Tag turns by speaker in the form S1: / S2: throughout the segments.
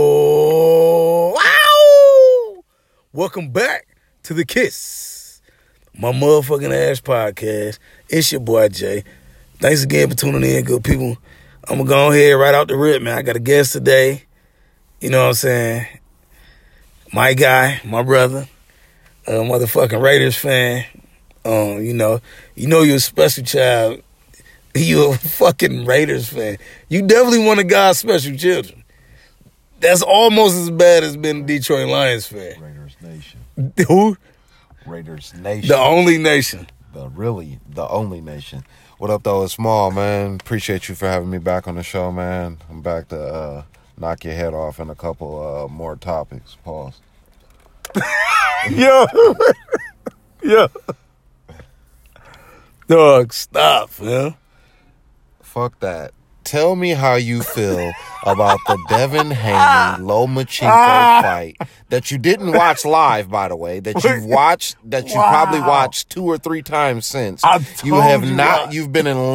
S1: Yo! Wow! Welcome back to the Kiss, my motherfucking ass podcast. It's your boy Jay. Thanks again for tuning in, good people. I'm gonna go ahead right out the rip, man. I got a guest today. You know what I'm saying? My guy, my brother, a motherfucking Raiders fan. Um, you know, you know you're a special child you a fucking Raiders fan. You definitely one of God's special children. That's almost as bad as being a Detroit Lions fan.
S2: Raiders Nation.
S1: Who?
S2: Raiders Nation.
S1: The only nation.
S2: The really the only nation. What up though? It's Small man. Appreciate you for having me back on the show, man. I'm back to uh, knock your head off in a couple uh, more topics. Pause.
S1: Yo. Yo. Dog, stop, man.
S2: Fuck that. Tell me how you feel about the Devin Haney
S1: Ah.
S2: Lomachenko fight that you didn't watch live, by the way. That you've watched, that you probably
S1: Wow.
S2: watched two or three times since.
S1: I
S2: you
S1: told
S2: have
S1: you
S2: not.
S1: I-
S2: You've been in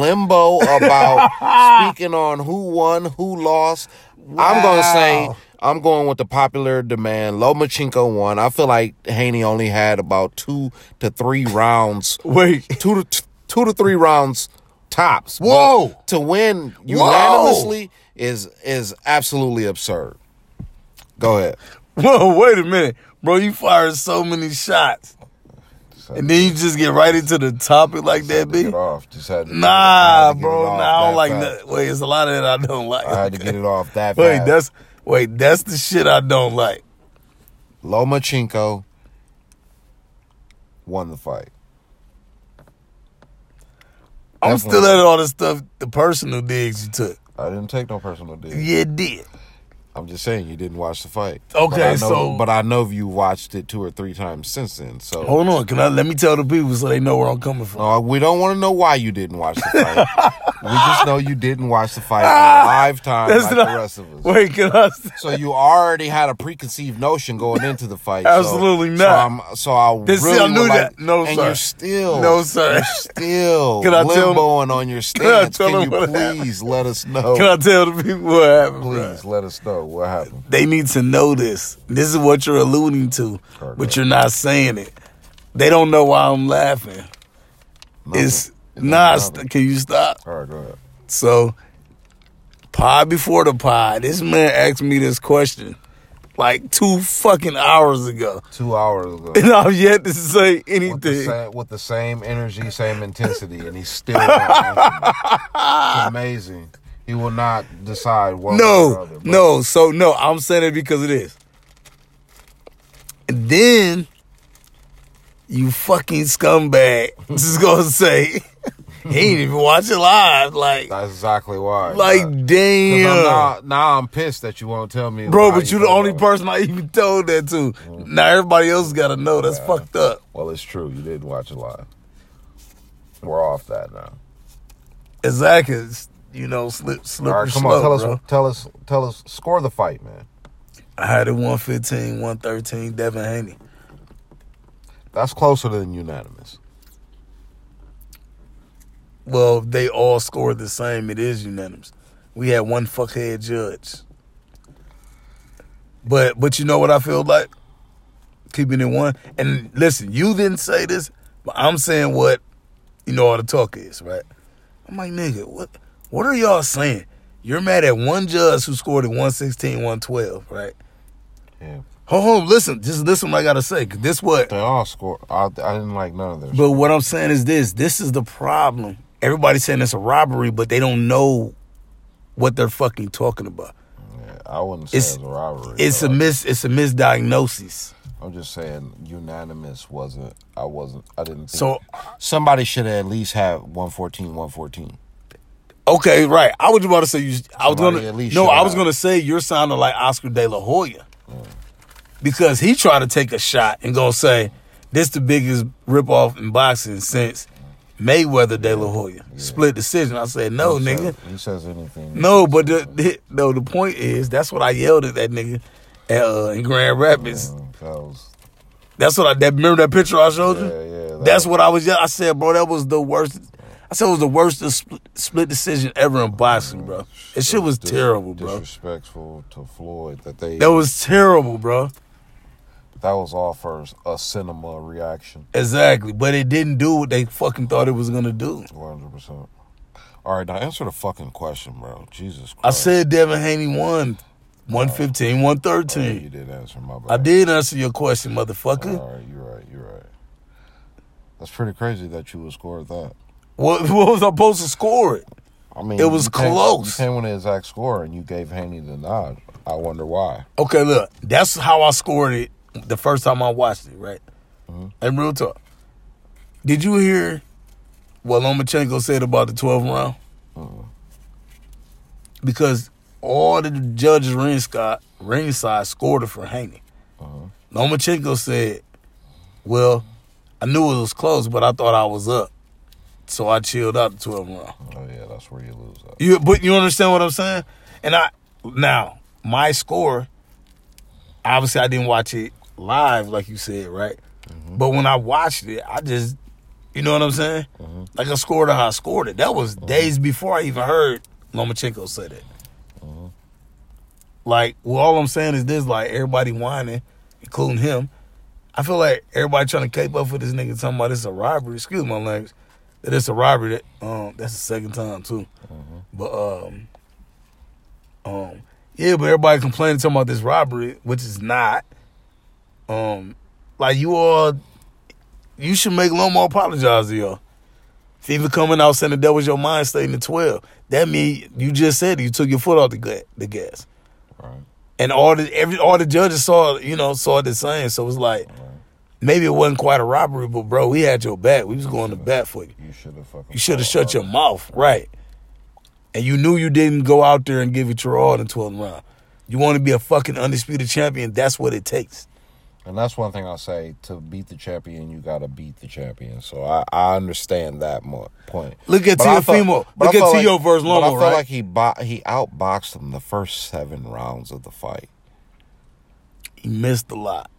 S2: limbo about speaking on who won, who lost. I'm gonna say
S1: Wow.
S2: I'm going with the popular demand. Lomachenko won. I feel like Haney only had about two to three rounds
S1: Wait.
S2: two to t- two to three rounds tops. But
S1: Whoa.
S2: to win unanimously is is absolutely absurd. Go ahead.
S1: Whoa, wait a minute. Bro, you fired so many shots. And then you just get right into the topic like that, B?
S2: off. Just had to
S1: Nah, bro. Nah, I don't like that. Wait, it's a lot of that I don't like.
S2: I had to get it off that
S1: Wait,
S2: fast.
S1: that's wait, that's the shit I don't like.
S2: Lomachenko won the fight.
S1: I'm
S2: Definitely.
S1: still at all the stuff, the personal digs you took.
S2: I didn't take no personal dig.
S1: Yeah, it did.
S2: I'm just saying you didn't watch the fight.
S1: Okay,
S2: But I know-
S1: so-
S2: but I know you watched it two or three times since then. So
S1: Hold on, can I let me tell the people so they know where I'm coming from?
S2: No, Uh, we don't want to know why you didn't watch the fight. we just know you didn't watch the fight in live time
S1: Ah, That's
S2: like
S1: not-
S2: the rest of us.
S1: Wait, can I?
S2: So you already had a preconceived notion going into the fight. so-
S1: Absolutely
S2: so,
S1: not.
S2: I'm, so I
S1: This-
S2: really
S1: I knew
S2: would like-
S1: that. No,
S2: and
S1: sir.
S2: you're still
S1: No, sir.
S2: You're still
S1: Can I tell 'em-
S2: limboing on your
S1: I
S2: stance.
S1: tell
S2: Can
S1: 'em
S2: you
S1: what happened?
S2: please let us know?
S1: Can I tell the people what happened? bruh?
S2: please let us know what happened.
S1: They need to know this. This is what you're alluding to, but
S2: Correct.
S1: you're not saying it. They don't know why I'm laughing. It's nah. St- can you stop?
S2: All right, go ahead.
S1: So, pod before the pod, this man asked me this question like two fucking hours ago,
S2: Two hours ago.
S1: and I've yet to say
S2: With the,
S1: anything.
S2: same, with the same energy, same intensity, and he's still not answering. It's amazing. He will not decide one way or the
S1: No,
S2: other, but
S1: no. So no, I'm saying it because it is. And then you fucking scumbag is gonna say he ain't even watch it live. Like,
S2: That's exactly why. Because
S1: like
S2: I'm
S1: damn.
S2: now, now I'm pissed that you won't tell me.
S1: Bro,
S2: how
S1: but you the
S2: feel
S1: only
S2: about it.
S1: person I even told that to.
S2: Mm-hmm.
S1: Now everybody else gotta know. That's fucked up.
S2: Well, it's true. You did watch it live. We're off that now.
S1: Exactly. You know, slip, slip,
S2: All right, come on. Tell us. Tell us. Tell us. Score the fight, man.
S1: I had it 115, 113, Devin Haney.
S2: That's closer than unanimous.
S1: Well, if they all scored the same. It is unanimous. We had one fuckhead judge. But but you know what I feel like? Keeping it one. And listen, you didn't say this, but I'm saying what you know all the talk is, right? I'm like, nigga, what what are y'all saying? You're mad at one judge who scored at 116, 112, right?
S2: Yeah.
S1: Hold on, listen, just listen what I gotta say. 'cause this what
S2: They all score. I, I didn't like none of theirs.
S1: But what I'm saying is this: this is the problem. Everybody's saying it's a robbery, but they don't know what they're fucking talking about.
S2: Yeah, I wouldn't say
S1: It's-
S2: it's, a robbery.
S1: It's
S2: though.
S1: a mis, it's a misdiagnosis.
S2: I'm just saying unanimous wasn't I wasn't I didn't think
S1: So,
S2: somebody should at least have 114 114.
S1: okay, right. I was about to say you. I was
S2: Somebody
S1: gonna.
S2: at least
S1: No,
S2: shut
S1: I was
S2: up.
S1: gonna say you're sounding like Oscar De La Hoya because he tried to take a shot and gonna say this the biggest ripoff in boxing since Mayweather De La Hoya split decision. I said no,
S2: He
S1: nigga.
S2: says- he says anything.
S1: No, but the, the no. The point is, that's what I yelled at that nigga at, uh, in Grand Rapids.
S2: Mm, that was-
S1: That's what I that remember that picture I showed
S2: yeah,
S1: you.
S2: yeah. that
S1: That's
S2: was-
S1: what I was. yell- I said, bro, that was the worst. I said it was the worst dis- split decision ever in boxing, bro. That shit was
S2: Dis-
S1: terrible, bro.
S2: Disrespectful to Floyd that they
S1: That was terrible, bro.
S2: that was all for a cinema reaction.
S1: Exactly, but it didn't do what they fucking thought it was gonna do.
S2: One hundred percent. All right, now answer the fucking question, bro. Jesus Christ.
S1: I said Devin Haney won 115,
S2: Oh, yeah, you
S1: 113.
S2: did answer my bad.
S1: I did answer your question, motherfucker.
S2: All right, you're right. You're right. That's pretty crazy that you would score that.
S1: What, what was I supposed to score it?
S2: I mean,
S1: It was
S2: you came-
S1: close.
S2: You came on the exact score and you gave Haney the nod. I wonder why.
S1: Okay, look, that's how I scored it the first time I watched it, right? And real talk. Did you hear what Lomachenko said about the 12th round? Because all the judges ringside, ringside scored it for Haney.
S2: Uh-huh.
S1: Lomachenko said, Well, I knew it was close, but I thought I was up. So I chilled out the 12th round.
S2: Oh yeah, that's where you lose that.
S1: You but you understand what I'm saying? And I now my score. Obviously, I didn't watch it live, like you said, right? But when I watched it, I just, you know what I'm saying? Like I scored how I scored it. That was days before I even heard Lomachenko said it. Like, well, all I'm saying is this: like everybody whining, including him. I feel like everybody trying to cape up for this nigga talking about it's a robbery. Excuse my language. That it's a robbery. That um, that's the second time too. But um, um, yeah, but everybody complaining talking about this robbery, which is not. Um, like you all, you should make Lomo apologize to y'all. If even coming out saying that that was your mind state in the twelve, that mean you just said you took your foot off the ga- the gas,
S2: Right.
S1: and all the every all the judges saw you know saw the same. So it's like maybe it wasn't quite a robbery, but bro, we had your back. We was going to bat for you.
S2: You should have fucking.
S1: You should have shut your mouth, right? And you knew you didn't go out there and give it your all in the 12th round. You want to be a fucking undisputed champion. That's what it takes.
S2: And that's one thing I say: to beat the champion, you gotta beat the champion. So I, I understand that mo- point.
S1: Look at
S2: But I
S1: Teofimo.
S2: felt- but I
S1: Look at
S2: felt
S1: Teo versus
S2: but
S1: Lomo,
S2: I felt
S1: right?
S2: like he bo- he outboxed him the first seven rounds of the fight.
S1: He missed a lot.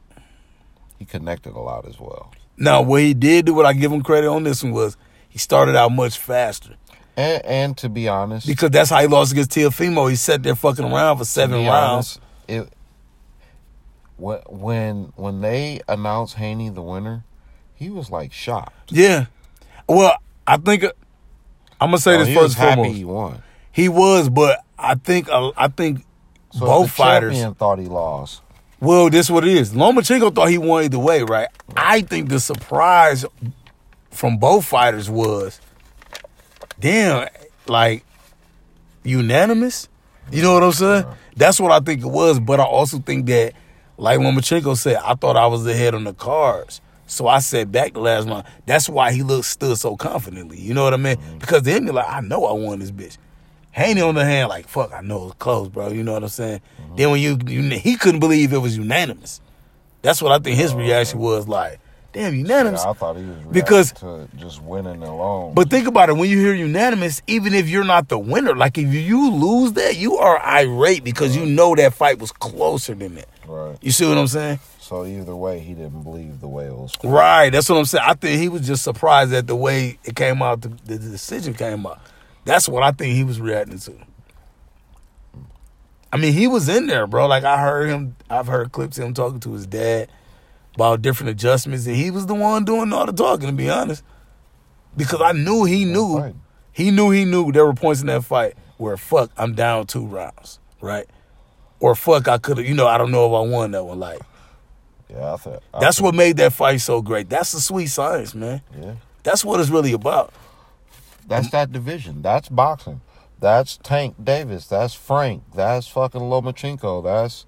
S2: He connected a lot as well.
S1: Now, what he did do, what I give him credit on this one was he started out much faster
S2: And and to be honest,
S1: because that's how he lost against Teofimo. He sat there fucking around for seven
S2: be
S1: rounds.
S2: honest, it when- when when they announced Haney the winner, he was like shocked.
S1: Yeah. Well, I think I'm gonna say
S2: No,
S1: this
S2: Oh, he was
S1: first and
S2: happy
S1: foremost.
S2: he won.
S1: He was, but I think I think
S2: So if
S1: both
S2: the
S1: fighters.
S2: champion thought he lost.
S1: Well, this what it is. Lomachenko thought he won either way, right? I think the surprise from both fighters was, damn, like unanimous. You know what I'm saying? That's what I think it was. But I also think that, like Lomachenko said, I thought I was ahead on the cards. So I said back the last round. That's why he looked stood so confidently. You know what I mean? Because then you're like, I know I won this bitch. Haney on the hand, like fuck, I know it was close, bro. You know what I'm saying? Then when you, you he couldn't believe it was unanimous. That's what I think his reaction was like. Damn, unanimous.
S2: Yeah, I thought he was reacting
S1: Because-
S2: to just winning alone.
S1: But think about it. When you hear unanimous, even if you're not the winner, like if you lose that, you are irate because you know that fight was closer than that.
S2: right.
S1: You see what I'm saying?
S2: So either way, he didn't believe the way it was.
S1: Right. That's what I'm saying. I think he was just surprised at the way it came out, the, the decision came out. That's what I think he was reacting to. I mean, he was in there, bro. Like I heard him. I've heard clips of him talking to his dad about different adjustments, and he was the one doing all the talking. To be honest, because I knew he knew.
S2: fighting.
S1: He knew he knew there were points in that fight where fuck I'm down two rounds, right? Or fuck I could have, you know, I don't know if I won that one. Like
S2: Yeah, I thought. I
S1: that's
S2: thought-
S1: what made that fight so great. That's the sweet science, man.
S2: Yeah.
S1: That's what it's really about.
S2: That's that division. That's boxing. That's Tank Davis. That's Frank. That's fucking Lomachenko. That's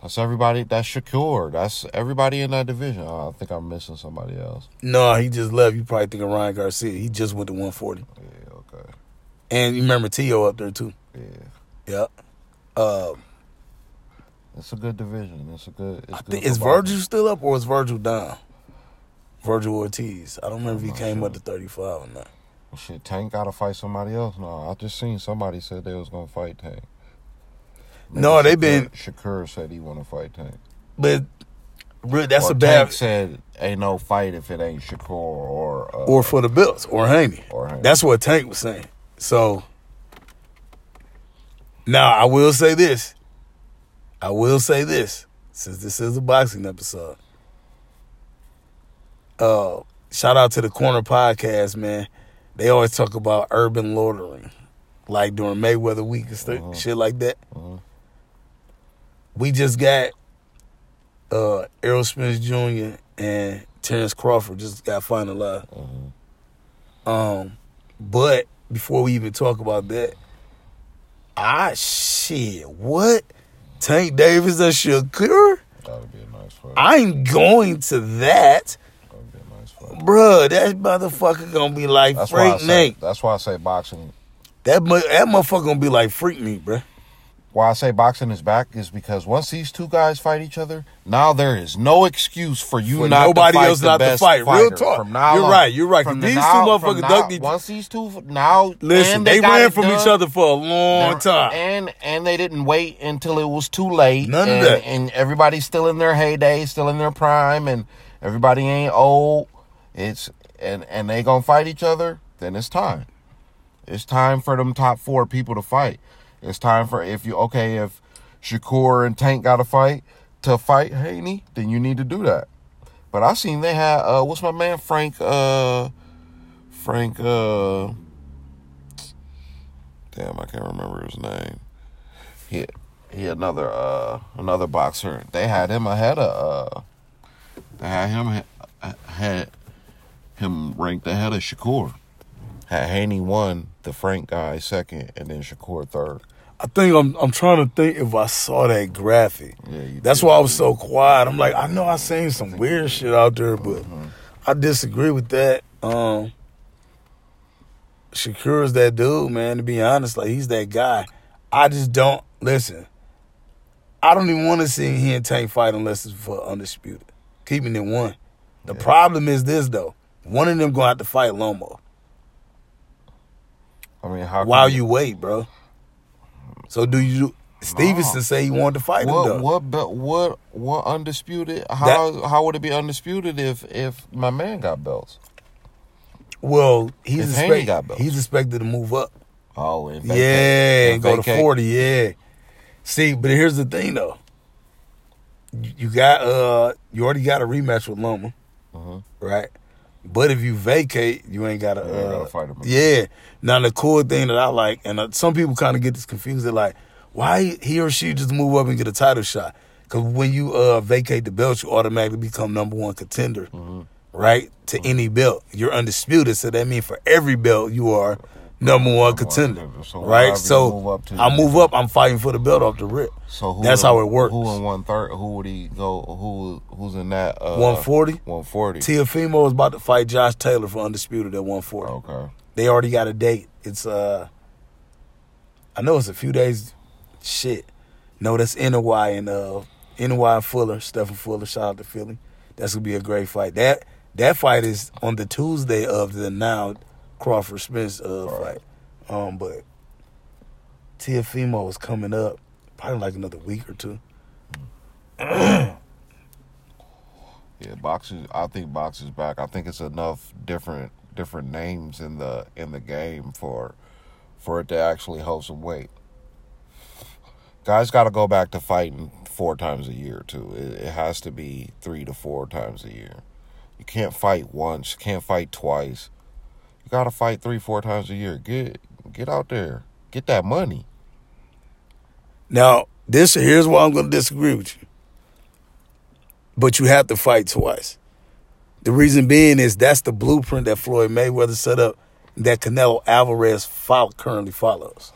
S2: that's everybody. That's Shakur. That's everybody in that division. Oh, I think I'm missing somebody else.
S1: No, he just left. You probably think of Ryan Garcia. He just went to 140,
S2: Yeah. Okay.
S1: and you remember Tio up there too.
S2: Yeah.
S1: Yep. Uh,
S2: It's a good division. It's a good. It's
S1: I
S2: good
S1: think
S2: for
S1: is
S2: boxing.
S1: Virgil still up or is Virgil down? Virgil Ortiz. I don't remember if he came up to 35 or not.
S2: Shit, Tank got to fight somebody else. No, I just seen somebody said they was gonna fight Tank.
S1: No, they
S2: Shakur-
S1: been-
S2: Shakur said he want to fight Tank.
S1: But really, that's
S2: Or
S1: a bad.
S2: Tank said ain't no fight if it ain't Shakur or or uh,
S1: or for the Bills or Haney.
S2: Or Haney.
S1: That's what Tank was saying. So now I will say this. I will say this since this is a boxing episode. Uh, shout out to the Corner Podcast, man. They always talk about urban loitering, like during Mayweather week and stuff, shit like that.
S2: Mm-hmm.
S1: We just got uh, Errol Smith Jr. and Terrence Crawford just got finalized.
S2: Mm-hmm.
S1: Um, but before we even talk about that, ah shit, what Tank Davis and Shakur?
S2: that'd be a nice fight.
S1: I ain't going to that,
S2: That'd be a nice fight.
S1: bruh. That motherfucker gonna be like
S2: That's why I
S1: freak
S2: say.
S1: Nate.
S2: That's why I say boxing.
S1: That mu- that motherfucker gonna be like freak me, bruh.
S2: Why I say boxing is back is because once these two guys fight each other, now there is no excuse for you
S1: For
S2: not
S1: nobody
S2: to fight
S1: else
S2: the
S1: not to
S2: best
S1: fight. Real
S2: fighter
S1: talk.
S2: From now
S1: You're
S2: on.
S1: right, you're right, 'cause
S2: From the
S1: these two
S2: now-
S1: motherfuckers
S2: from now-
S1: ducked each-
S2: Once these two now
S1: Listen,
S2: and
S1: they,
S2: got
S1: ran
S2: it
S1: from each
S2: done,
S1: other for a long time.
S2: And and they didn't wait until it was too late.
S1: None of
S2: and,
S1: that.
S2: And everybody's still in their heyday, still in their prime, and everybody ain't old. It's and and they gonna fight each other. Then it's time. It's time for them top four people to fight. It's time for if you okay if Shakur and Tank got to fight to fight Haney, then you need to do that. But I seen they had uh what's my man Frank uh Frank uh damn I can't remember his name. He he another uh another boxer. They had him ahead of uh they had him ha- had him ranked ahead of Shakur. Had Haney one, the Frank guy second, and then Shakur third.
S1: I think I'm I'm trying to think if I saw that graphic.
S2: Yeah, you
S1: That's
S2: did.
S1: why I was so quiet. I'm like, I know I seen some weird shit out there, but I disagree with that. Um Shakur's that dude, man, to be honest. Like he's that guy. I just don't listen. I don't even want to see he and Tank fight unless it's for undisputed. Keeping it one. The problem is this though. One of them gonna have to fight Lomo
S2: I mean, how
S1: while
S2: can
S1: you wait, bro. So do you Stevenson say he wanted to fight him
S2: what
S1: though?
S2: what be- what what undisputed? How how would it be undisputed if if my man got belts?
S1: Well, he's
S2: If Haney
S1: expect,
S2: got belts.
S1: he's expected to move up.
S2: Oh, and
S1: yeah,
S2: vacate-
S1: and go
S2: vacate.
S1: to forty. Yeah. See, but here's the thing though. You you got uh, you already got a rematch with Loma,
S2: Mhm.
S1: right? But if you vacate, you ain't got to.
S2: You ain't gotta
S1: Uh,
S2: fight him.
S1: yeah. Now the cool thing that I like, and uh, some people kind of get this confused. They're like, why he or she just move up and get a title shot? Because when you uh, vacate the belt, you automatically become number one contender,
S2: Mm-hmm.
S1: right? To any belt, you're undisputed. So that means for every belt, you are number one contender,
S2: contender. So
S1: right?
S2: whatever you
S1: So
S2: move up to,
S1: I
S2: you
S1: move up, I'm fighting for the belt off the rip.
S2: So who
S1: that's
S2: in-
S1: how it works.
S2: Who in one third? Who would he go? Who who's in that? Uh,
S1: 140?
S2: One forty.
S1: Tiafimo is about to fight Josh Taylor for undisputed at 140.
S2: Okay.
S1: They already got a date. It's uh, I know it's a few days. Shit, no, that's NY and uh, NY Fuller, Stephen Fuller. Shout out to Philly. That's gonna be a great fight. That that fight is on the Tuesday of the now Crawford Spence uh
S2: Right.
S1: fight. Um, but Tiafimo is coming up probably like another week or two.
S2: Yeah, boxing. I think boxing's back. I think it's enough different different names in the in the game for for it to actually hold some weight. Guys got to go back to fighting four times a year too. It, it has to be three to four times a year. You can't fight once. Can't fight twice. You got to fight three four times a year. Get get out there. Get that money.
S1: Now, this here's why I'm going to disagree with you. But you have to fight twice. The reason being is that's the blueprint that Floyd Mayweather set up that Canelo Alvarez fol- currently follows.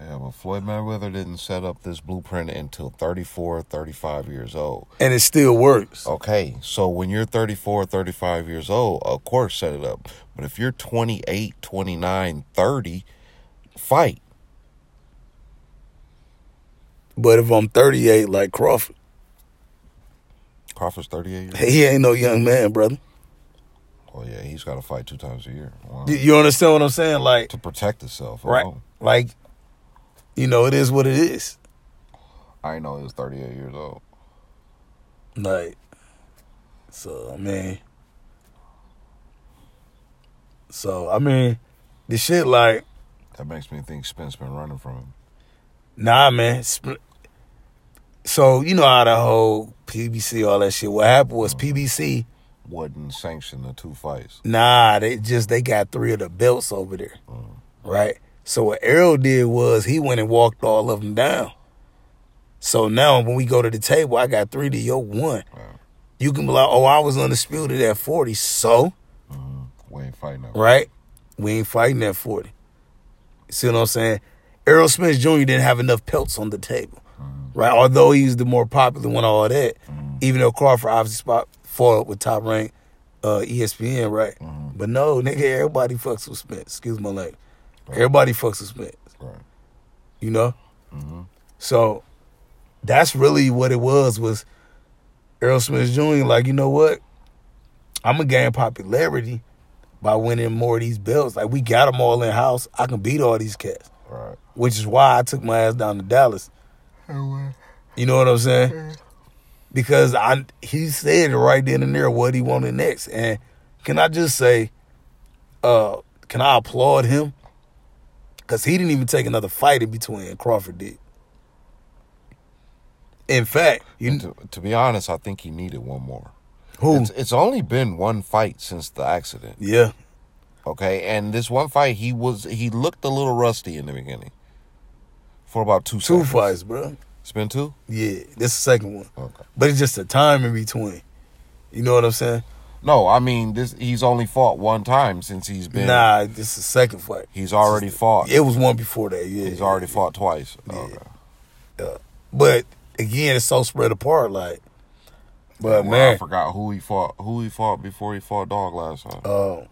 S2: Yeah, but Floyd Mayweather didn't set up this blueprint until 34, 35 years old.
S1: And it still works.
S2: Okay, so when you're 34, 35 years old, of course, set it up. But if you're 28, 29, 30, fight.
S1: But if I'm 38 like Crawford,
S2: Crawford's 38 years
S1: he ain't no young man, brother.
S2: old. Oh, yeah, he's got to fight two times a year. Wow.
S1: You- You understand what I'm saying? Like,
S2: To protect himself.
S1: right,
S2: alone.
S1: like, you know, it is what it is.
S2: I didn't know he was 38 years old.
S1: Like, so I mean, So I mean, the shit like
S2: That makes me think Spence been running from him.
S1: Nah, man. Sp- So you know how the whole PBC, all that shit. What happened was PBC.
S2: Wouldn't sanction the two fights.
S1: Nah, they just they got three of the belts over there, right? So what Errol did was he went and walked all of them down. So now when we go to the table, I got three to your one. You can be like, oh, I was undisputed at forty, so
S2: We Mm-hmm. ain't fighting that.
S1: right? We ain't fighting at 40. See what I'm saying? Errol Smith Jr. didn't have enough pelts on the table, right? Although he's the more popular one, all that,
S2: Mm-hmm.
S1: even though Crawford obviously spot fought with top rank uh, ESPN, right?
S2: Mm-hmm.
S1: But no, nigga, everybody fucks with Smith. Excuse my language. Everybody fucks with Smith,
S2: Right.
S1: you know? So that's really what it was, was Errol Smith Jr. like, you know what? I'm going to gain popularity by winning more of these belts. Like we got them all in house. I can beat all these cats,
S2: Right.
S1: which is why I took my ass down to Dallas. You know what I'm saying? Because I he said right then and there what he wanted next. And can I just say, uh, can I applaud him? Cause he didn't even take another fight in between. Crawford did. In fact, you
S2: To, to be honest, I think he needed one more.
S1: who?
S2: It's, it's only been one fight since the accident.
S1: Yeah,
S2: Okay, and this one fight, he was he looked a little rusty in the beginning. For about two
S1: two
S2: seconds.
S1: fights, bro.
S2: It's been two.
S1: Yeah, this is the second one.
S2: Okay.
S1: But it's just the time in between. You know what I'm saying?
S2: No, I mean this. He's only fought one time since he's been.
S1: Nah, this is the second fight.
S2: He's already fought.
S1: It was one before that, yeah.
S2: He's already fought twice. Okay.
S1: But again, it's so spread apart, like. But
S2: Well, I
S1: man,
S2: forgot who he fought. Who he fought before he fought Dog last time.
S1: uh,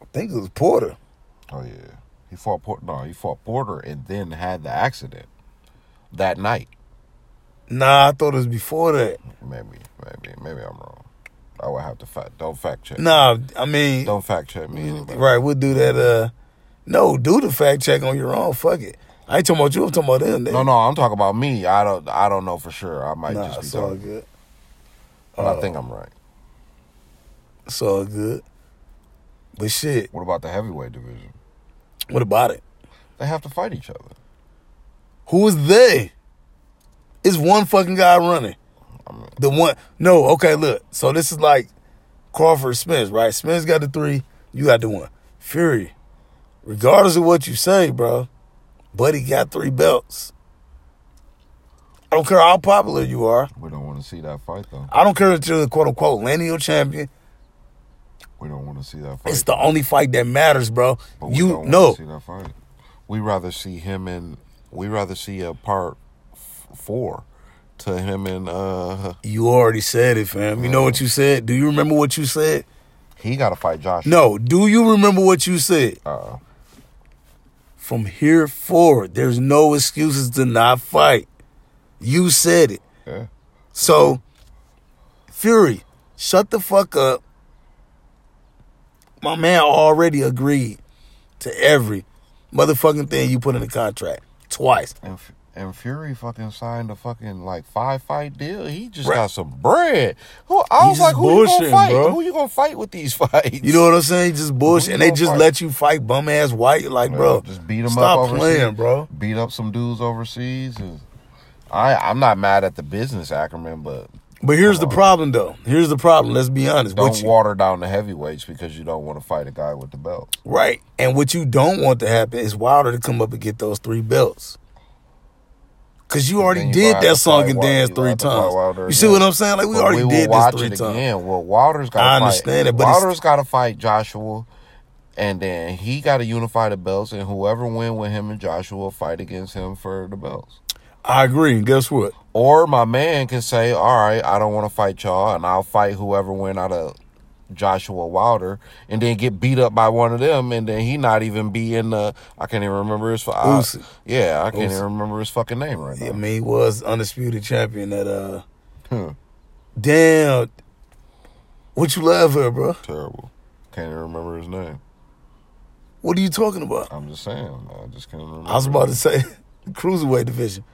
S1: I think it was Porter.
S2: oh yeah, he fought Porter. No, he fought Porter and then had the accident that night.
S1: Nah, I thought it was before that.
S2: Maybe, maybe, maybe I'm wrong. I would have to fact. Don't fact check.
S1: Nah, I mean,
S2: Don't fact check me. Anybody.
S1: Mm-hmm. right? We'll do that. Uh, no, do the fact check on your own. Fuck it. I ain't talking about you. I'm talking about them. They,
S2: No, no, I'm talking about me. I don't. I don't know for sure. I might
S1: nah,
S2: just be
S1: it's all
S2: talking.
S1: good. Uh-huh.
S2: But I think I'm right.
S1: It's all good. But shit,
S2: What about the heavyweight division?
S1: what about it?
S2: They have to fight each other.
S1: Who is they? It's one fucking guy running. The one. No, okay, look. So this is like Crawford Spence, right? Spence got the three, you got the one. Fury, regardless of what you say, bro, Buddy got three belts. I don't care how popular you are.
S2: We don't want to see that fight though.
S1: I don't care if you're the quote unquote lineal champion.
S2: We don't want to see that fight.
S1: It's the only fight that matters, bro.
S2: But we
S1: You
S2: don't wanna
S1: know.
S2: see that fight. We rather see him and we rather see a part f- four to him and uh
S1: You already said it, fam. You know
S2: Oh.
S1: what you said? Do you remember what you said?
S2: he got to fight Josh.
S1: No. Do you remember what you said?
S2: Uh,
S1: from here forward, there's no excuses to not fight. You said it.
S2: yeah.
S1: So, Fury, shut the fuck up. My man already agreed to every motherfucking thing you put in the contract twice.
S2: And F- and Fury fucking signed a fucking like five fight deal. He just
S1: Right.
S2: got some bread. Who I was
S1: just
S2: like, who you gonna
S1: bullshitting,
S2: fight?
S1: bro.
S2: Who you gonna fight with these fights?
S1: You know what I'm saying? Just bullshit.
S2: you
S1: And they
S2: gonna
S1: just
S2: fight?
S1: let you fight bum ass white. Like,
S2: Yeah,
S1: bro,
S2: just beat him
S1: stop
S2: up overseas.
S1: playing, bro.
S2: Beat up some dudes overseas. And I I'm not mad at the business Ackerman, but
S1: But here's
S2: Come
S1: the
S2: on.
S1: problem, though. Here's the problem. Let's be honest. What
S2: don't
S1: you-
S2: water down the heavyweights because you don't want to fight a guy with the belt.
S1: Right. And what you don't want to happen is Wilder to come up and get those three belts. Cause you already
S2: Then you gonna
S1: did
S2: have
S1: that
S2: to
S1: song
S2: fight
S1: and
S2: Wil-
S1: dance
S2: you
S1: three
S2: have to fight
S1: times.
S2: Wilder
S1: You see
S2: again.
S1: what I'm saying? Like we
S2: But
S1: already
S2: will
S1: did this
S2: watch
S1: three
S2: it
S1: times.
S2: Again. Well, Wilder's got.
S1: I understand it, but it's-
S2: Wilder's got to fight Joshua, and then he got to unify the belts, and whoever win with him and Joshua fight against him for the belts.
S1: I agree. And guess what?
S2: Or my man can say, "All right, I don't want to fight y'all, and I'll fight whoever win out of Joshua Wilder, and then get beat up by one of them, and then he not even be in the. I can't even remember his. fu- I,
S1: Usyk.
S2: yeah, I can't
S1: Usyk.
S2: even remember his fucking name right now.
S1: I mean, he was undisputed champion at uh
S2: Hmm.
S1: damn what you love her, bro?
S2: Terrible. Can't even remember his name.
S1: What are you talking about?
S2: I'm just saying. I just can't remember.
S1: I was about to say the cruiserweight division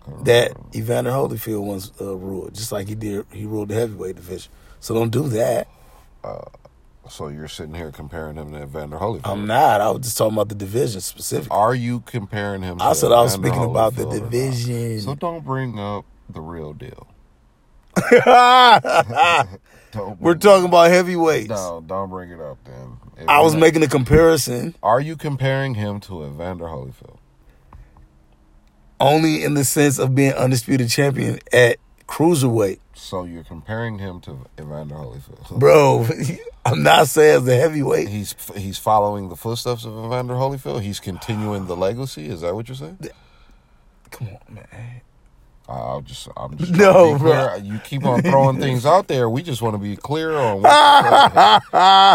S2: couldn't
S1: that
S2: remember.
S1: Evander Holyfield once uh, ruled, just like he did he ruled the heavyweight division. So don't do that.
S2: So you're sitting here comparing him to Evander Holyfield.
S1: I'm not. I was just talking about the division specifically.
S2: Are you comparing him? To
S1: I said I was
S2: Evander
S1: speaking about the
S2: Holyfield or not?
S1: division.
S2: So don't bring up the real deal. Don't
S1: We're
S2: bring-
S1: talking about heavyweights.
S2: No, don't bring it up then. If
S1: I was
S2: you're-
S1: making a comparison
S2: Are you comparing him to Evander Holyfield?
S1: only in the sense of being undisputed champion at cruiserweight,
S2: So you're comparing him to Evander Holyfield.
S1: bro. I'm not saying the heavyweight.
S2: He's he's following the footsteps of Evander Holyfield. He's continuing the legacy. Is that what you're saying?
S1: Come on, man.
S2: I'll just I'm just
S1: No,
S2: trying to be
S1: bro.
S2: clear. You keep on throwing things out there. We just want to be clear on. What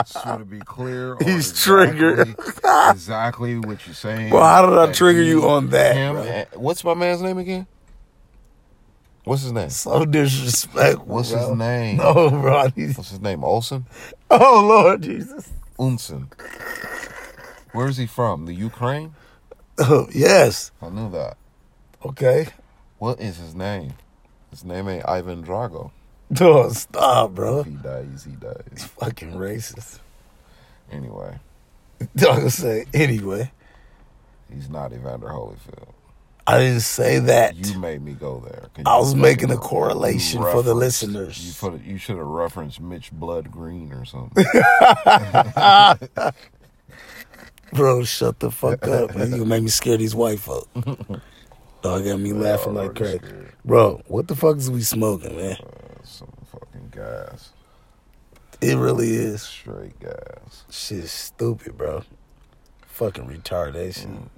S2: just want to be clear. On
S1: He's
S2: exactly-
S1: triggered.
S2: exactly what you're saying.
S1: Well, how did I
S2: That
S1: trigger
S2: he-
S1: you on that?
S2: him-
S1: bro?
S2: eh, what's my man's name again? What's his name?
S1: So disrespectful.
S2: What's
S1: bro.
S2: his name?
S1: No, bro. I need-
S2: What's his name? Olson.
S1: Oh Lord Jesus.
S2: Unson. Where is he from? The Ukraine?
S1: Oh, yes.
S2: I knew that.
S1: Okay.
S2: What is his name? His name ain't Ivan Drago.
S1: No, stop, bro.
S2: If he dies, he dies.
S1: Fucking racist.
S2: Anyway,
S1: Don't say anyway.
S2: he's not Evander Holyfield.
S1: I didn't say that.
S2: You made me go there. Can
S1: I
S2: you
S1: was
S2: fucking-
S1: making a
S2: you
S1: correlation for the
S2: referenced-
S1: listeners.
S2: You, put, you should have referenced Mitch Blood Green or something.
S1: Bro, shut the fuck up. man. You make me scare these white folk. Dog got me laughing like crazy.
S2: already scared.
S1: Bro, what the fuck is we smoking, man?
S2: Some fucking gas.
S1: It really is.
S2: Straight gas.
S1: Shit's stupid, bro. Fucking
S2: Mm.
S1: retardation.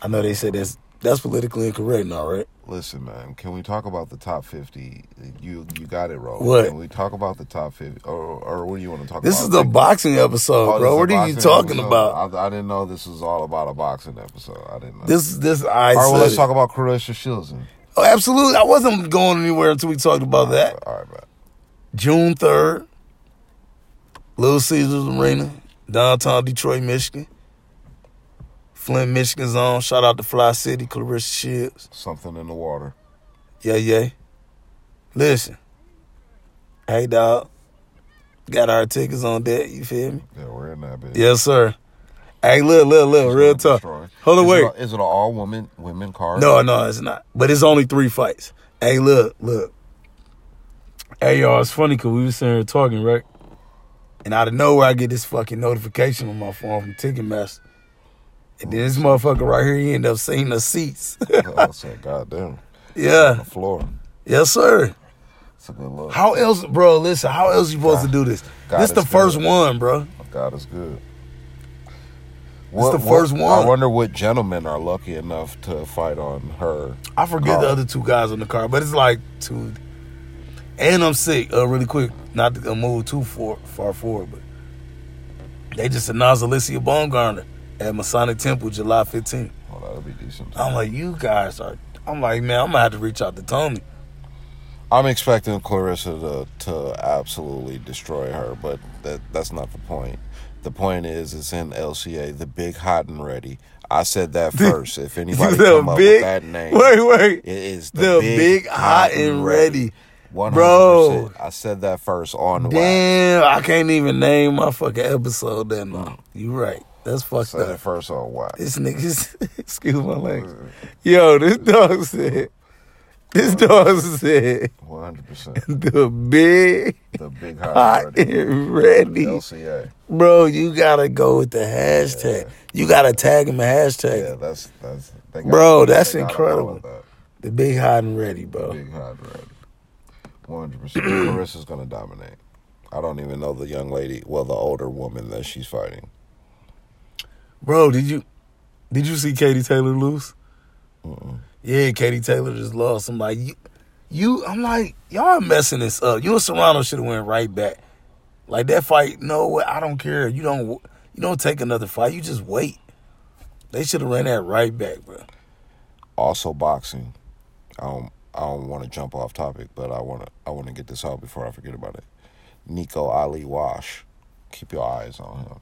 S1: I know they said that's that's politically incorrect now, right?
S2: Listen, man. Can we talk about the top fifty? You you got it wrong.
S1: What?
S2: Can we talk about the top fifty, or or what do you want to talk
S1: This
S2: about?
S1: is the boxing episode,
S2: Oh,
S1: bro.
S2: this
S1: What
S2: is a
S1: are you
S2: boxing
S1: talking
S2: episode?
S1: about?
S2: I, I didn't know this was all about a boxing episode. I didn't know.
S1: This this I
S2: all right, well,
S1: said
S2: let's
S1: it.
S2: talk about Croatia Shilson.
S1: Oh, absolutely. I wasn't going anywhere until we talked about that.
S2: All right, man.
S1: June third, Little Caesars Arena, downtown Detroit, Michigan. Flint, Michigan's on. Shout out to Fly City, Clarissa Shields.
S2: Something in the water.
S1: Yeah, yeah. Listen. Hey dog. Got our tickets on deck, you feel me?
S2: Yeah, we're in that bitch.
S1: Yes, sir. Hey, look, look, look,
S2: It's
S1: real
S2: gonna
S1: tough.
S2: destroy.
S1: Hold on,
S2: Is
S1: wait.
S2: It a, is it an all woman women card?
S1: No, no, it's not. But it's only three fights. Hey, look, look. Hey, y'all, it's funny because we was sitting here talking, right? And out of nowhere, I get this fucking notification on my phone from Ticketmaster. And then this motherfucker right here, he end up seeing the seats.
S2: I said, God damn. On
S1: yeah.
S2: the floor.
S1: Yes, sir.
S2: It's a good look.
S1: How else, bro, listen, how else you supposed to do this?
S2: God
S1: this the
S2: is
S1: first
S2: good.
S1: one, bro.
S2: God is good.
S1: the first one.
S2: I wonder what gentlemen are lucky enough to fight on her.
S1: I forget the
S2: Card.
S1: other two guys on the card, but it's like two. And I'm sick. Uh, really quick, not to uh, move too far, far forward, but they just announced Alicia Baumgartner at Masonic Temple July 15th.
S2: Well, that'll be decent.
S1: I'm like, you guys are. I'm like, man, I'm gonna have to reach out to Tony.
S2: I'm expecting Clarissa to, to absolutely destroy her, but that that's not the point. The point is, it's in LCA, the big hot and ready. I said that first. If anybody
S1: The
S2: come up
S1: big-
S2: with that name,
S1: Wait, wait.
S2: it is the,
S1: The big hot and ready.
S2: One
S1: Bro.
S2: hundred percent. I said that first on wax.
S1: Damn, I can't even name my fucking episode that
S2: Mm.
S1: long. You right. That's fucked
S2: Said it
S1: up.
S2: first on wax.
S1: This nigga's excuse my language. Yo, this dog said. This dog said.
S2: One hundred percent.
S1: the big
S2: The big hot
S1: hot
S2: and ready.
S1: and ready.
S2: LCA.
S1: Bro, you gotta go with the hashtag. You gotta tag him a hashtag.
S2: Yeah, that's that's. They
S1: Bro, that's
S2: they gotta
S1: incredible.
S2: follow
S1: The big hot and ready,
S2: that.
S1: bro.
S2: Big hot red. One hundred percent. Clarissa's gonna dominate. I don't even know the young lady. Well, the older woman that she's fighting.
S1: Bro, did you did you see Katie Taylor lose? Yeah, Katie Taylor just lost. I'm like, you, you I'm like, y'all messing this up. You and Serrano should have went right back. Like that fight, no way, I don't care. You don't you don't take another fight. You just wait. They should have ran that right back, bro.
S2: Also, boxing. I don't. I don't want to jump off topic, but I want to. I want to get this out before I forget about it. Nico Ali Wash. Keep your eyes on him.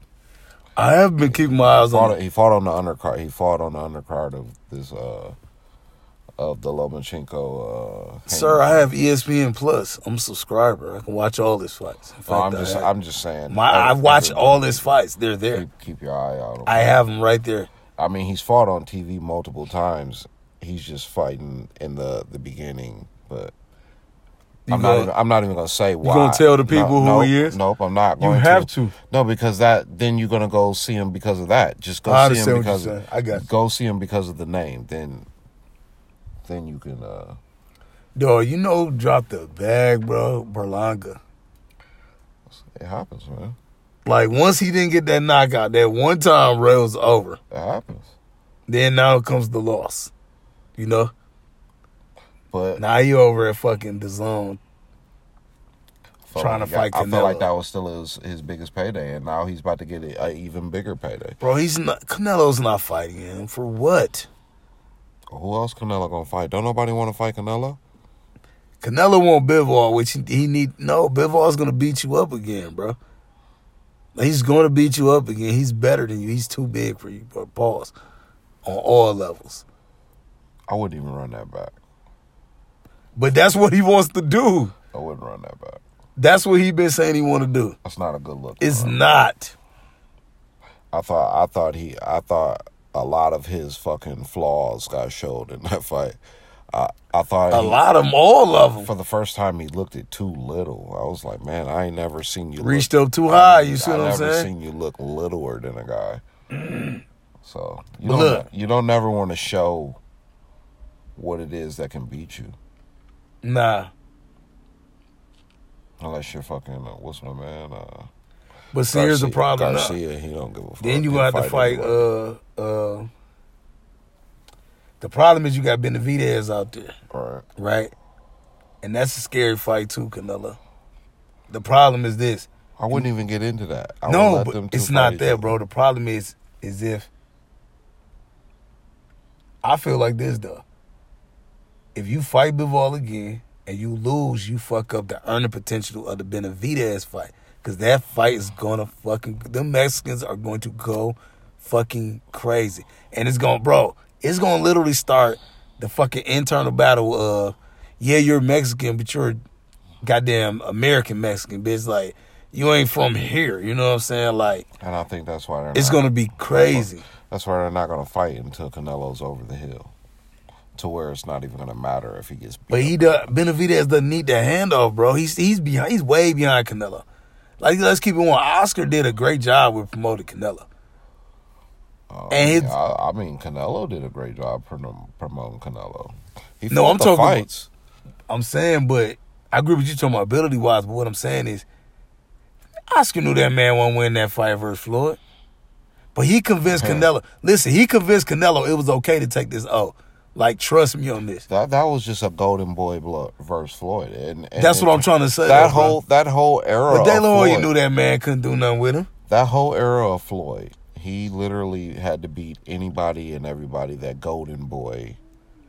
S1: I have been keeping my eyes on
S2: Fought- he fought on the undercard. He fought on the undercard of this uh, of the Lomachenko. Uh,
S1: Sir, I have E ESPN Plus. I'm a subscriber. I can watch all these fights. In
S2: No, Oh, I'm
S1: fact,
S2: just,
S1: I, have-
S2: I'm just saying.
S1: my, I watch all these fights. They're there.
S2: Keep, keep your eye out.
S1: I have them right there.
S2: I mean, he's fought on TV multiple times. He's just fighting in the the beginning, but
S1: You
S2: I'm
S1: gonna-
S2: not. Even, I'm not even gonna say why.
S1: gonna tell the people who
S2: nope,
S1: he is?
S2: Nope, I'm not.
S1: You
S2: Going
S1: have to.
S2: No, because that then you're gonna go see him because of that. Just go
S1: I
S2: see
S1: understand
S2: him
S1: what you're
S2: because
S1: saying. I got you.
S2: go see him because of the name. Then, then you can. uh
S1: Dog, you know, who dropped the bag, bro. Berlanga.
S2: It happens, man.
S1: Like once he didn't get that knockout, that one time rails over.
S2: It happens.
S1: Then now comes the loss. You know,
S2: But
S1: now you over at fucking the zone.
S2: I felt
S1: trying to
S2: like-
S1: fight
S2: I feel like
S1: Canelo.
S2: that was still his his biggest payday, and now he's about to get an even bigger payday.
S1: Bro, he's not Canelo's not fighting him for what?
S2: Who else Canelo gonna fight? Don't nobody want to fight Canelo.
S1: Canelo want Bivol, which he, he need no, Bivol's gonna beat you up again, bro. He's gonna beat you up again. He's better than you. He's too big for you, bro. Pause. On all levels.
S2: I wouldn't even run that back.
S1: But that's what he wants to do.
S2: I wouldn't run that back.
S1: That's what he been saying he wanna do.
S2: That's not a good look.
S1: It's
S2: bro.
S1: not.
S2: I thought. I thought he. I thought a lot of his fucking flaws got showed in that fight. I. I thought
S1: A
S2: he-
S1: lot of them, all of them.
S2: For the first time, he looked at too little. I was like, man, I ain't never seen you
S1: Reached
S2: look,
S1: up too high, you see
S2: Uh, I
S1: what I'm
S2: never
S1: saying?
S2: seen you look littler than a guy. So you
S1: But
S2: don't.
S1: look-
S2: you don't never want to show what it is that can beat you,
S1: Nah.
S2: unless you're fucking. Uh, what's my man? Uh,
S1: But see, here's the
S2: Garcia-
S1: problem. now.
S2: Garcia, he don't give a fuck.
S1: Then you
S2: He
S1: gonna have to fight.
S2: anybody.
S1: Uh, uh, the problem is you got Benavidez out there,
S2: Right.
S1: right? And that's a scary fight too, Canelo. The problem is this.
S2: I wouldn't even get into that. I would
S1: no,
S2: let
S1: but
S2: them two
S1: it's
S2: fight
S1: not
S2: each
S1: there,
S2: other.
S1: bro. The problem is, is if I feel like this though. If you fight Bivol again and you lose, you fuck up the earning potential of the Benavidez fight. Cause that fight is gonna fucking the Mexicans are going to go fucking crazy. And it's gonna bro, it's gonna literally start the fucking internal battle of yeah, you're Mexican, but you're goddamn American Mexican, bitch. Like you ain't from here, you know what I'm saying? Like
S2: And I think that's why they're
S1: it's
S2: not,
S1: gonna be crazy.
S2: that's why they're not gonna fight until Canelo's over the hill. To where it's not even gonna matter if he gets beat.
S1: But
S2: up.
S1: he does, Benavidez doesn't need that handoff, bro. He's he's behind. He's way behind Canelo. Like let's keep it one. Oscar did a great job with promoting Canelo.
S2: Uh,
S1: and
S2: I, mean,
S1: his-
S2: I, I mean, Canelo did a great job prom- promoting Canelo. He
S1: No,
S2: fought
S1: I'm
S2: the
S1: talking about-
S2: fights.
S1: I'm saying, but I agree with you talking about ability wise. But what I'm saying is, Oscar knew that man won't win that fight versus Floyd. But he convinced
S2: Yeah.
S1: Canelo. Listen, he convinced Canelo it was okay to take this O. Like trust me on this.
S2: That that was just a Golden Boy blood versus Floyd, and, and
S1: That's
S2: it-
S1: what I'm trying to say.
S2: That
S1: bro.
S2: whole that whole era.
S1: But De
S2: of
S1: La Hoya
S2: Floyd-
S1: knew that man couldn't do nothing with him.
S2: that whole era of Floyd, he literally had to beat anybody and everybody that golden boy.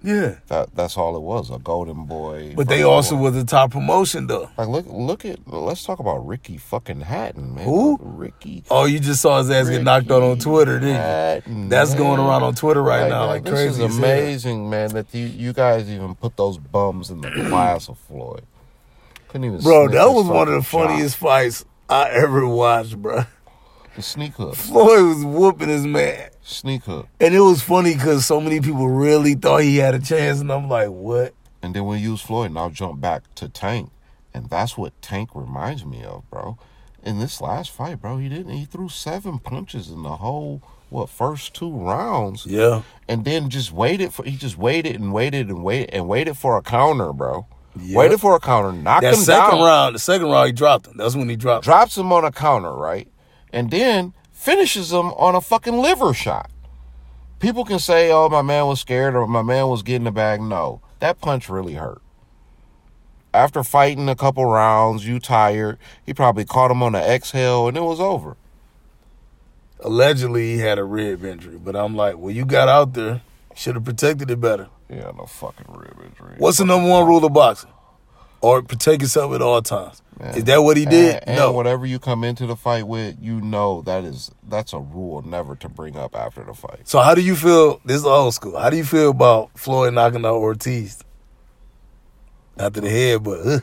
S1: Yeah.
S2: That that's all it was, a golden boy.
S1: But they
S2: versus
S1: also
S2: Floyd.
S1: was the top promotion though.
S2: like look look at let's talk about Ricky fucking Hatton, man.
S1: Who?
S2: Ricky
S1: Oh, you just saw his ass get knocked out on Twitter, didn't
S2: Hatton,
S1: you? That's
S2: man.
S1: going around on Twitter right now
S2: man,
S1: like
S2: this
S1: crazy.
S2: is
S1: as hell.
S2: amazing, man, that you you guys even put those bums in the class of Floyd. Couldn't even
S1: Bro,
S2: sniff
S1: that
S2: his
S1: was one of the
S2: fucking
S1: funniest fights I ever watched, bro.
S2: job. The sneak hook.
S1: Floyd was whooping his man.
S2: Sneak hook.
S1: And it was funny because so many people really thought he had a chance, and I'm like, what?
S2: And then we use Floyd, and I'll jump back to Tank. And that's what Tank reminds me of, bro. In this last fight, bro, he didn't. He threw seven punches in the whole what first two rounds,
S1: Yeah.
S2: and then just waited for. He just waited and waited and waited and waited for a counter, bro.
S1: Yep.
S2: Waited for a counter, knocked
S1: That
S2: him
S1: second
S2: down,
S1: round, the second round, he dropped him. That's when he dropped him.
S2: drops him on a counter, right, and then finishes him on a fucking liver shot. People can say, "Oh, my man was scared," or "My man was getting the bag." No, that punch really hurt. after fighting a couple rounds, you tired. He probably caught him on the exhale and it was over.
S1: Allegedly, he had a rib injury, but I'm like, well, you got out there, should have protected it better.
S2: Yeah, no fucking rib injury.
S1: What's the number one rule of boxing? or protect yourself at all times.
S2: Yeah.
S1: Is that what he did?
S2: And, and
S1: no.
S2: whatever you come into the fight with, you know that is that's a rule never to bring up after the fight.
S1: So how do you feel? This is old school. How do you feel about Floyd knocking out Ortiz after the head? But uh,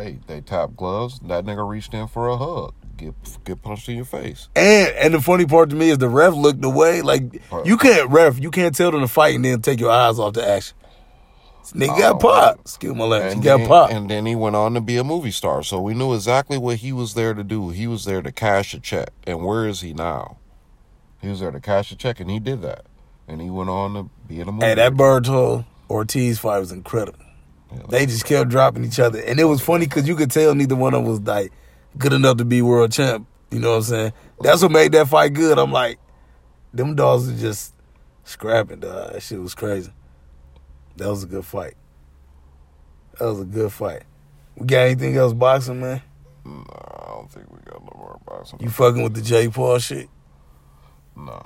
S2: Hey, they tap gloves. That nigga reached in for a hug. Get get punched in your face.
S1: and and the funny part to me is the ref looked away. Like you can't ref. You can't tell them to fight and then take your eyes off the action. This nigga got
S2: Oh,
S1: popped. Excuse my language. He
S2: And
S1: got
S2: then,
S1: popped.
S2: and then he went on to be a movie star. So we knew exactly what he was there to do. He was there to cash a check. And where is he now? He was there to cash a check, and he did that. And he went on to be in a movie.
S1: Hey, that Berto Ortiz fight was incredible. They just kept dropping each other, and it was funny because you could tell neither one of them was like good enough to be world champ. You know what I'm saying? That's what made that fight good. I'm like, them dogs are just scrapping. Dog. That shit was crazy. That was a good fight. That was a good fight. We got anything else boxing, man?
S2: no, Mm, I don't think we got no more boxing.
S1: You fucking with the J Paul shit?
S2: No.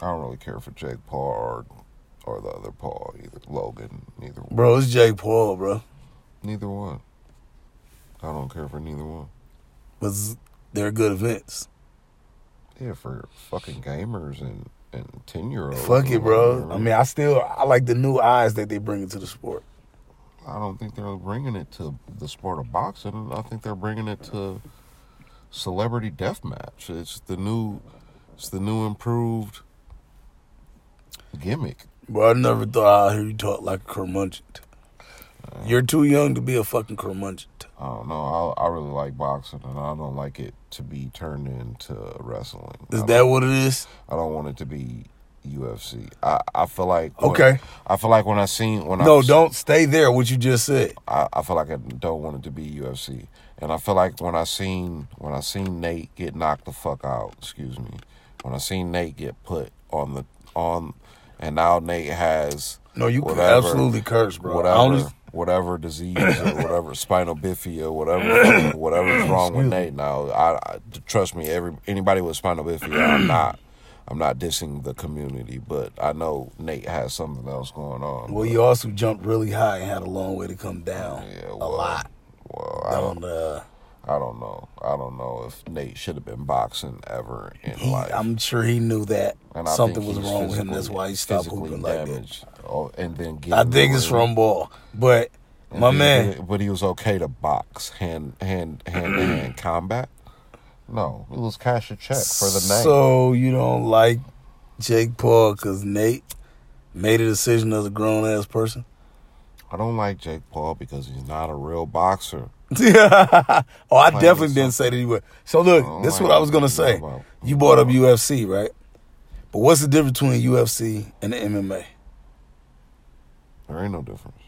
S2: I don't really care for Jake Paul or or the other Paul either. Logan, neither one.
S1: Bro, it's J Paul, bro.
S2: Neither one. I don't care for neither one.
S1: But they're good events.
S2: Yeah, for fucking gamers and and ten year olds.
S1: Fuck it,
S2: Oh,
S1: bro. I mean, I still I like the new eyes that they bring into the sport.
S2: I don't think they're bringing it to the sport of boxing. I think they're bringing it to celebrity deathmatch. It's the new, it's the new improved gimmick.
S1: Bro, I never thought I'd hear you talk like a curmudgeon. You're too young to be a fucking curmudgeon.
S2: I don't know. I, I really like boxing, and I don't like it to be turned into wrestling.
S1: Is
S2: I
S1: that
S2: don't-
S1: what it is?
S2: I don't want it to be UFC. I, I feel like when-
S1: Okay.
S2: I feel like when I seen when
S1: No,
S2: I
S1: don't stay there, what you just said.
S2: I, I feel like I don't want it to be UFC, and I feel like when I seen when I seen Nate get knocked the fuck out, excuse me, when I seen Nate get put on the on, and now Nate has
S1: No, you could
S2: Whatever.
S1: absolutely curse, bro.
S2: whatever
S1: I only,
S2: whatever disease or whatever spinal bifida, whatever whatever's wrong with Nate now. I, I trust me, every anybody with spinal bifida, I'm not. I'm not dissing the community, but I know Nate has something else going on.
S1: well, you also jumped really high and had a long way to come down.
S2: yeah,
S1: a lot.
S2: Well, I don't,
S1: Don't, uh,
S2: I don't know. I don't know if Nate should have been boxing ever in
S1: he,
S2: life.
S1: I'm sure he knew that
S2: And I
S1: something
S2: think
S1: was
S2: he's
S1: wrong with him. That's
S2: physically-
S1: why he stopped
S2: physically
S1: hooping like that.
S2: damaged. Oh, and then get
S1: I
S2: in the
S1: think it's
S2: ring.
S1: from ball, but
S2: And
S1: my
S2: then
S1: man,
S2: get- but he was okay to box hand hand hand to hand combat. No, it was cash a check for the name.
S1: So you don't like Jake Paul because Nate made a decision as a grown ass person.
S2: I don't like Jake Paul because he's not a real boxer.
S1: oh, I
S2: Playing
S1: definitely
S2: with
S1: didn't say that he would. So look,
S2: I don't
S1: this is
S2: like
S1: what I was
S2: him.
S1: gonna
S2: He's
S1: say.
S2: about-
S1: You brought up UFC, right? But what's the difference between UFC and the MMA?
S2: There ain't no difference.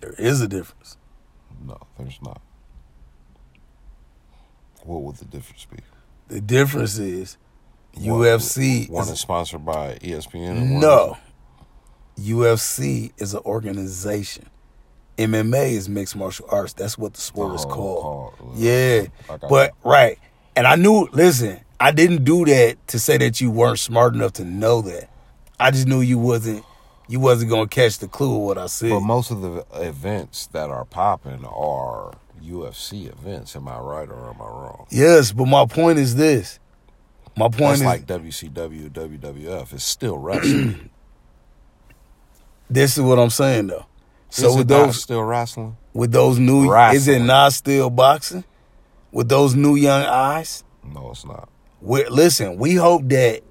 S1: There is a difference.
S2: No, there's not. What would the difference be?
S1: The difference is
S2: One-
S1: UFC
S2: One
S1: is-
S2: is sponsored by E ESPN. And one is-
S1: No. UFC is an organization. MMA is mixed martial arts. That's what the sport is
S2: Oh,
S1: called.
S2: called.
S1: Yeah.
S2: I got
S1: But right. And I knew listen, I didn't do that to say that you weren't smart enough to know that. I just knew you wasn't you wasn't gonna catch the clue of what I said.
S2: But most of the events that are popping are UFC events. Am I right or am I wrong?
S1: yes, but my point is this. My point
S2: That's
S1: is
S2: like WCW, WWF. It's still wrestling.
S1: this is what I'm saying though. So
S2: is it
S1: with
S2: not
S1: those
S2: still wrestling?
S1: with those new is it
S2: Wrestling.
S1: not still boxing? With those new young eyes?
S2: No, it's not.
S1: we listen, we hope that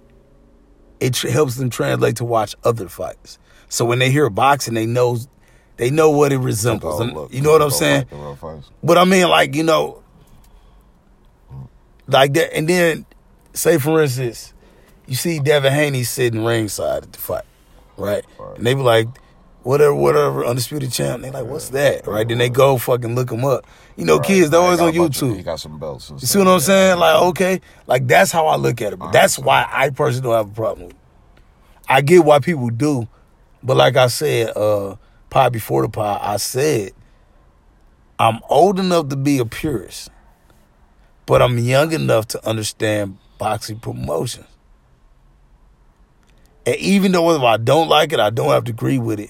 S1: it tr- helps them translate to watch other fights. So when they hear boxing, they know they know what it resembles.
S2: Go
S1: And
S2: look,
S1: you know what
S2: go
S1: I'm saying?
S2: fight the real fights.
S1: But I mean, like you know, like that. And then, say for instance, you see Devin Haney sitting ringside at the fight, right?
S2: Right.
S1: And they be like, whatever, whatever, undisputed champ. They like, what's that, right? Then they go fucking look him up. You know,
S2: Right.
S1: kids, they're
S2: Now he
S1: always
S2: got
S1: on
S2: a bunch of-
S1: YouTube.
S2: he got some belts. And
S1: You see what I'm saying? Uh-huh. Like, okay, like that's how I look at it. But that's
S2: Alright,
S1: why I personally don't have a problem with it. I get why people do, but like I said, uh, pie before the pie, I said I'm old enough to be a purist, but I'm young enough to understand boxing promotions. And even though if I don't like it, I don't have to agree with it,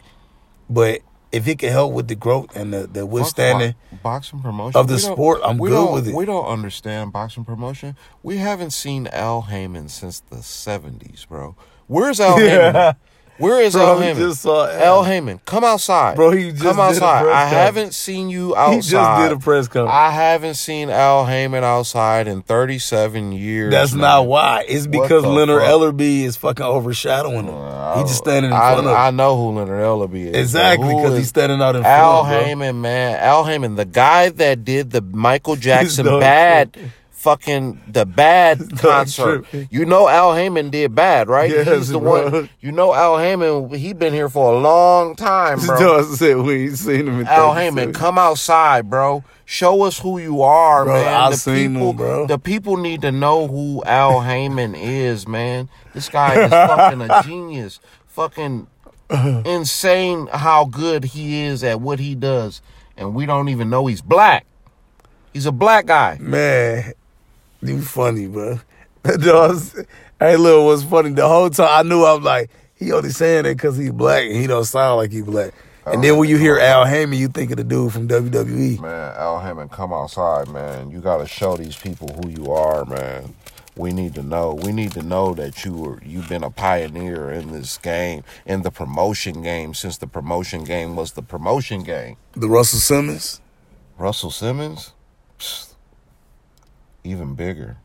S1: but if it can help with the growth and the, the withstanding,
S2: Bo- boxing promotion
S1: of the
S2: We don't-
S1: sport, I'm
S2: we
S1: good
S2: don't-
S1: with it.
S2: We don't understand boxing promotion. We haven't seen Al Heyman since the '70s, bro. Where's Al
S1: Yeah.
S2: Heyman? Where is
S1: Bro,
S2: Al
S1: we
S2: Heyman?
S1: just saw Al.
S2: Al Heyman, come outside,
S1: Bro, he just
S2: come
S1: did a
S2: outside.
S1: press
S2: I
S1: conference.
S2: haven't seen you outside.
S1: he just did a press conference.
S2: I haven't seen Al Heyman outside in 37 years.
S1: That's
S2: man.
S1: not why. It's
S2: What
S1: because
S2: the
S1: Leonard
S2: fuck?
S1: Ellerby is fucking overshadowing him.
S2: Uh,
S1: He's just standing in
S2: I,
S1: front of
S2: I
S1: him.
S2: know who Leonard Ellerby is.
S1: Exactly,
S2: but who
S1: because he's
S2: is-
S1: standing out in
S2: Al
S1: front. bro.
S2: Heyman, man. Al Heyman, the guy that did the Michael Jackson
S1: dog
S2: bad fucking the bad
S1: dog
S2: concert.
S1: tripping.
S2: You know Al Heyman did bad, right?
S1: Yes,
S2: he's the
S1: bro.
S2: one you know Al Heyman, he been here for a long time,
S1: This
S2: bro.
S1: dog said we ain't seen him in 37
S2: Al Heyman, come outside, bro. Show us who you are,
S1: Bro,
S2: man.
S1: I
S2: the
S1: seen
S2: people,
S1: him, bro.
S2: the people need to know who Al Heyman is, man. This guy is fucking a genius. Fucking insane how good he is at what he does, and we don't even know he's black. He's a black guy.
S1: Man, you funny, bro. That dog. said- Hey, Lil, what's funny? The whole time I knew I'm like he only saying that because he's black and he don't sound like he black. And then when you hear Al Heyman, you think of the dude from E, WWE.
S2: Man, Al Hammond, come outside, man. You gotta show these people who you are, man. We need to know. We need to know that you were you've been a pioneer in this game, in the promotion game, since the promotion game was the promotion game.
S1: The Russell Simmons.
S2: Russell Simmons, Psst. even bigger,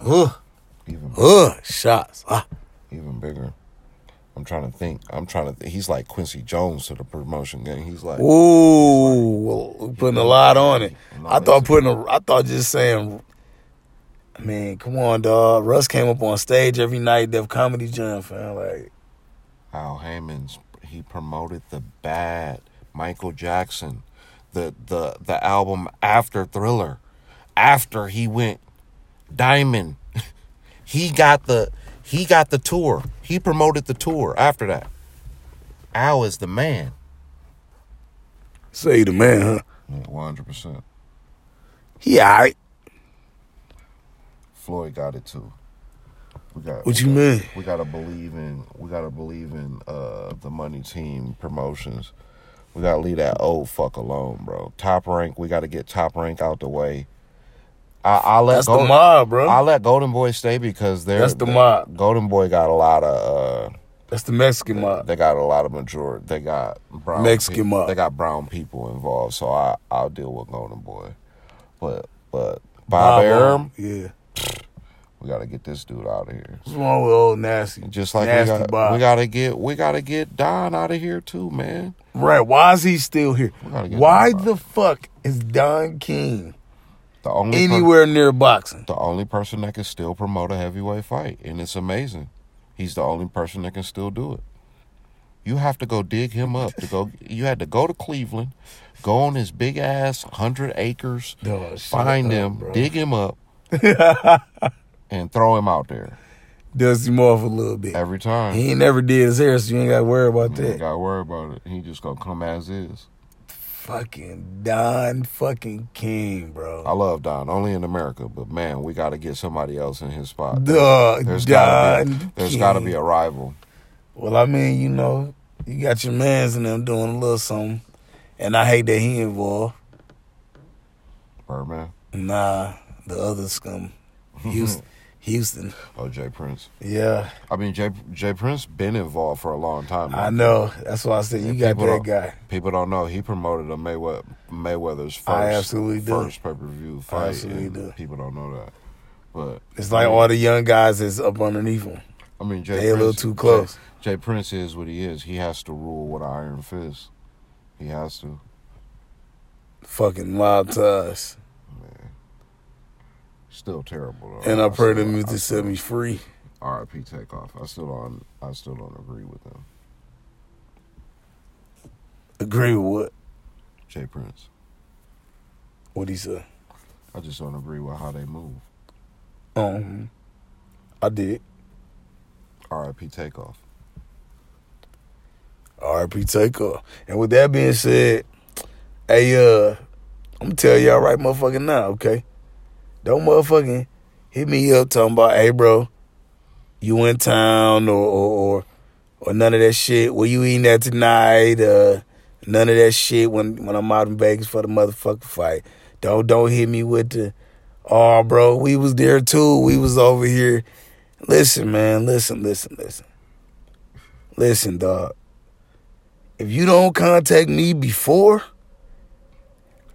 S1: Ugh,
S2: even
S1: ugh, shots. Ah.
S2: even bigger. I'm trying to think. I'm trying to. Th- he's like Quincy Jones to the promotion game. He's like,
S1: Ooh, well, putting a lot on it.
S2: No,
S1: I thought
S2: that's-
S1: putting a, I thought just saying, man, come on, dog. Russ came up on stage every night. Def Comedy Jam, fam. Like,
S2: Al Heyman's he promoted the bad Michael Jackson, the the the album after Thriller, after he went Diamond, he got the he got the tour. He promoted the tour after that. Al is the man.
S1: say you the man, huh?
S2: One hundred percent.
S1: He alright.
S2: Floyd got it too. We got
S1: What
S2: we
S1: you
S2: got-
S1: mean?
S2: We gotta believe in we gotta believe in uh the money team promotions. We gotta leave that old fuck alone, bro. Top rank, we gotta get top rank out the way. I, I let
S1: That's the
S2: Golden,
S1: mob, bro.
S2: I let Golden Boy stay because they're
S1: That's the mob.
S2: Golden Boy got a lot of uh
S1: That's the Mexican mob.
S2: they got a lot of majority. They got brown
S1: Mexican
S2: people,
S1: mob.
S2: They got brown people involved, so I I'll deal with Golden Boy, but but Bob, Arum,
S1: Yeah.
S2: we gotta get this dude out of here.
S1: What's wrong with old nasty?
S2: Just like
S1: nasty
S2: we, got,
S1: Bob.
S2: we gotta get we gotta get Don out of here too, man.
S1: right. Why is he still here?
S2: gotta get
S1: Why
S2: Bob.
S1: the fuck is Don King
S2: The only per-
S1: anywhere near boxing?
S2: the only person that can still promote a heavyweight fight, and it's amazing. He's the only person that can still do it. You have to go dig him up to go. You had to go to Cleveland, go on his big ass hundred acres,
S1: Dog, shut
S2: find
S1: up,
S2: him,
S1: bro.
S2: dig him up, and throw him out there
S1: Dust him off a little bit.
S2: every time.
S1: He ain't never did his hair, so you ain't got to worry about
S2: You ain't
S1: that.
S2: gotta worry about it. He just gonna come as is.
S1: Fucking Don fucking King,
S2: I
S1: bro.
S2: love Don, only in America, but man, we got to get somebody else in his spot.
S1: Duh,
S2: There's gotta be
S1: Don.
S2: a, there's
S1: King.
S2: gotta be a rival.
S1: Well, I mean, you know, you got your mans and them doing a little something, and I hate that he involved.
S2: Birdman,
S1: Nah, the other scum, Houston. Houston.
S2: oh Jay Prince.
S1: Yeah,
S2: I mean Jay Jay Prince been involved for a long time.
S1: I
S2: man.
S1: know. That's why I said you got
S2: People
S1: that
S2: don't-
S1: guy.
S2: People don't know he promoted a Maywe- Mayweather's first
S1: I absolutely do.
S2: first pay per view fight.
S1: absolutely
S2: and
S1: do.
S2: People don't know that, but
S1: It's like all the young guys that's up underneath him.
S2: I mean Jay
S1: they a
S2: Prince,
S1: little too close.
S2: Jay, Jay Prince is what he is. He has to rule with an iron fist. He has to.
S1: Fucking mob ties.
S2: Still terrible though.
S1: And I've heard
S2: still-
S1: the music
S2: Oh, I still-
S1: set me free.
S2: R.I.P. Takeoff. I still don't. I still don't agree with them.
S1: Agree with what?
S2: Jay Prince.
S1: What he said.
S2: I just don't agree with how they move.
S1: Um, I did.
S2: R.I.P. Takeoff.
S1: RP Takeoff. And with that being said, hey, uh, I'm gonna tell y'all right motherfucking now, okay? Don't motherfucking hit me up talking about, hey, bro, you in town or or or, or none of that shit. Where you eating at tonight? Uh, None of that shit when when I'm out in Vegas for the motherfucking fight. Don't don't hit me with the oh bro, we was there too. We was over here. Listen, man, listen, listen, listen. Listen, dog. If you don't contact me before,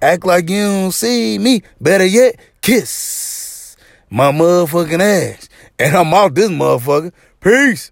S1: act like you don't see me. Better yet, kiss my motherfucking ass. And I'm out this motherfucker. Peace.